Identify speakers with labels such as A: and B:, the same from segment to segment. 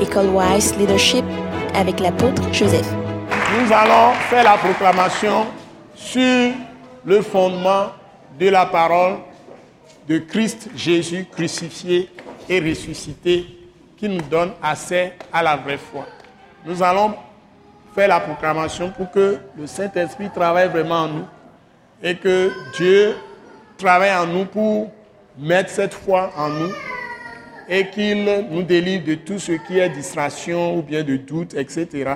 A: École Wise Leadership avec l'apôtre Joseph.
B: Nous allons faire la proclamation sur le fondement de la parole de Christ Jésus crucifié et ressuscité qui nous donne accès à la vraie foi. Nous allons faire la proclamation pour que le Saint-Esprit travaille vraiment en nous et que Dieu travaille en nous pour mettre cette foi en nous et qu'il nous délivre de tout ce qui est distraction ou bien de doute, etc.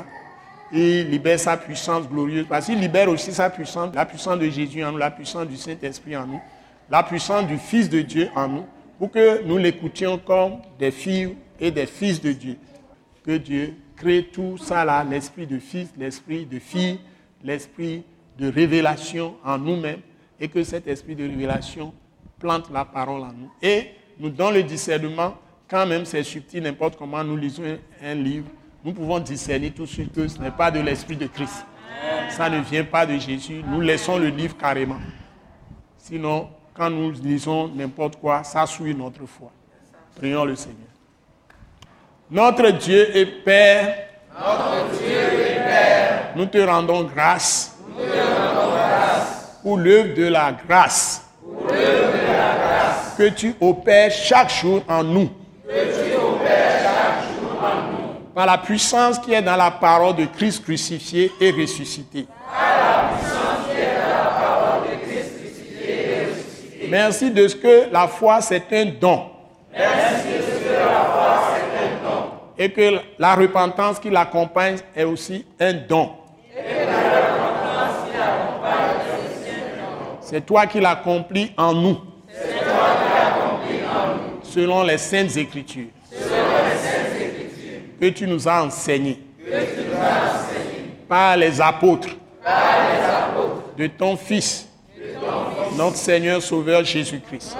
B: Il libère sa puissance glorieuse, parce qu'il libère aussi sa puissance, la puissance de Jésus en nous, la puissance du Saint-Esprit en nous, la puissance du Fils de Dieu en nous, pour que nous l'écoutions comme des filles et des fils de Dieu. Que Dieu crée tout ça là, l'esprit de fils, l'esprit de fille, l'esprit de révélation en nous-mêmes, et que cet esprit de révélation plante la parole en nous. Et nous donne le discernement, quand même c'est subtil, n'importe comment nous lisons un, un livre, nous pouvons discerner tout de suite que ce n'est pas de l'Esprit de Christ. Ça ne vient pas de Jésus. Nous laissons le livre carrément. Sinon, quand nous lisons n'importe quoi, ça souille notre foi. Prions le Seigneur. Notre Dieu et Père, nous te rendons grâce, pour l'œuvre de la grâce que tu opères chaque jour en nous. Par la puissance qui est dans la parole de Christ crucifié et ressuscité. Merci de ce que la foi c'est un don. Et que la repentance qui l'accompagne est aussi un don. C'est toi qui l'accomplis en nous. Selon les saintes écritures. Que tu nous as enseignées. Par les apôtres. De ton Fils. Notre Seigneur Sauveur Jésus-Christ.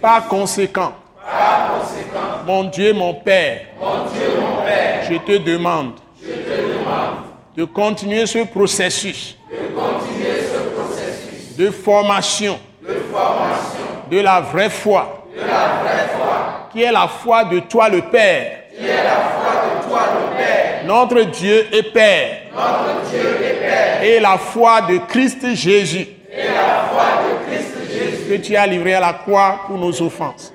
B: Par conséquent. Mon Dieu, mon Père. Je te demande. De continuer ce processus de formation, de la vraie foi, qui est la foi de toi le Père, notre Dieu et Père, et la foi de Christ Jésus, que tu as livré à la croix pour nos offenses,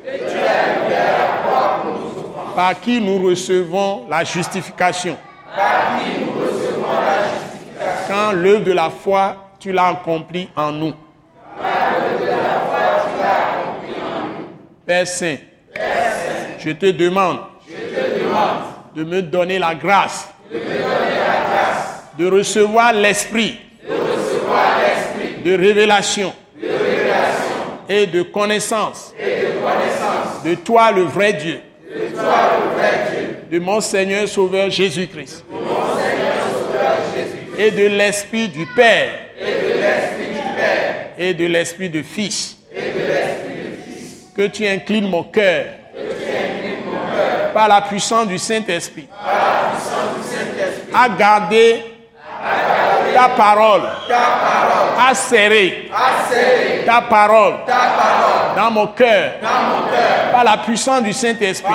B: par qui nous recevons la justification. Quand l'œuvre de la foi, tu l'as accomplie en nous. Père Saint, je te demande de me donner la grâce de recevoir l'esprit de révélation et de connaissance de toi le vrai Dieu, de mon Seigneur Sauveur Jésus-Christ et de l'esprit du Père et de l'esprit du Fils. Que tu inclines mon cœur par la puissance du Saint-Esprit à garder ta parole, à serrer ta parole dans mon cœur par la puissance du Saint-Esprit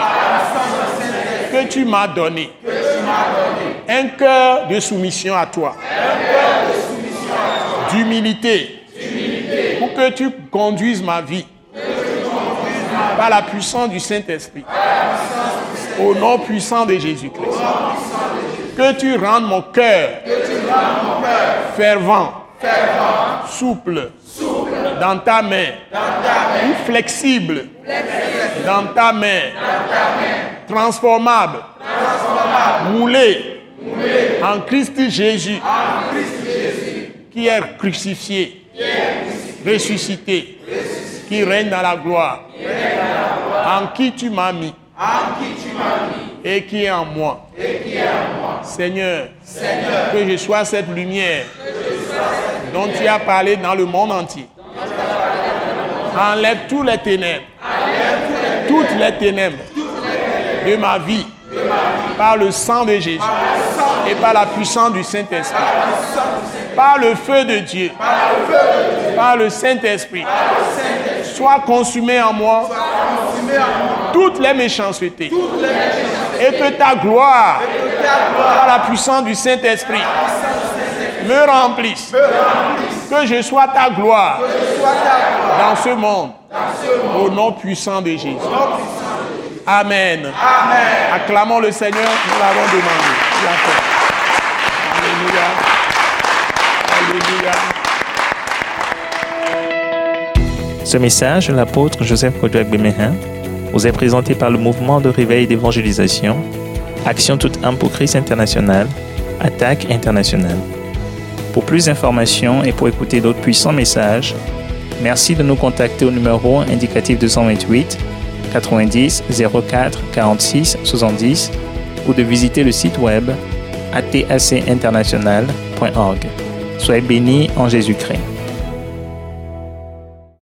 B: que tu m'as donné. Un cœur de soumission à toi, d'humilité, pour que tu conduises ma vie par la puissance du Saint-Esprit, au nom puissant de Jésus-Christ. Que tu rendes mon cœur fervent, souple, dans ta main, ou flexible, dans ta main, transformable, moulé, en Christ Jésus, qui est crucifié, ressuscité, qui règne dans la gloire, en qui tu m'as mis, et qui est en moi. Seigneur, que je sois cette lumière dont tu as parlé dans le monde entier. Enlève tous les ténèbres, toutes les ténèbres de ma vie par le sang de Jésus et par la puissance du Saint-Esprit, par le feu de Dieu, par le Saint-Esprit, soit consumé en moi toutes les méchancetés et que ta gloire, par la puissance du Saint-Esprit, me remplisse. Que je sois ta gloire dans ce monde, au nom puissant de Jésus. Amen. Acclamons le Seigneur, nous l'avons demandé. Il l'a fait. Alléluia. Alléluia.
C: Ce message, de l'apôtre Joseph Kodouak Bemehin, vous est présenté par le mouvement de réveil d'évangélisation, Action toute âme pour Christ international, Attaque internationale. Pour plus d'informations et pour écouter d'autres puissants messages, merci de nous contacter au numéro indicatif 228 90 04 46 70 ou de visiter le site web atacinternational.org. Soyez bénis en Jésus-Christ.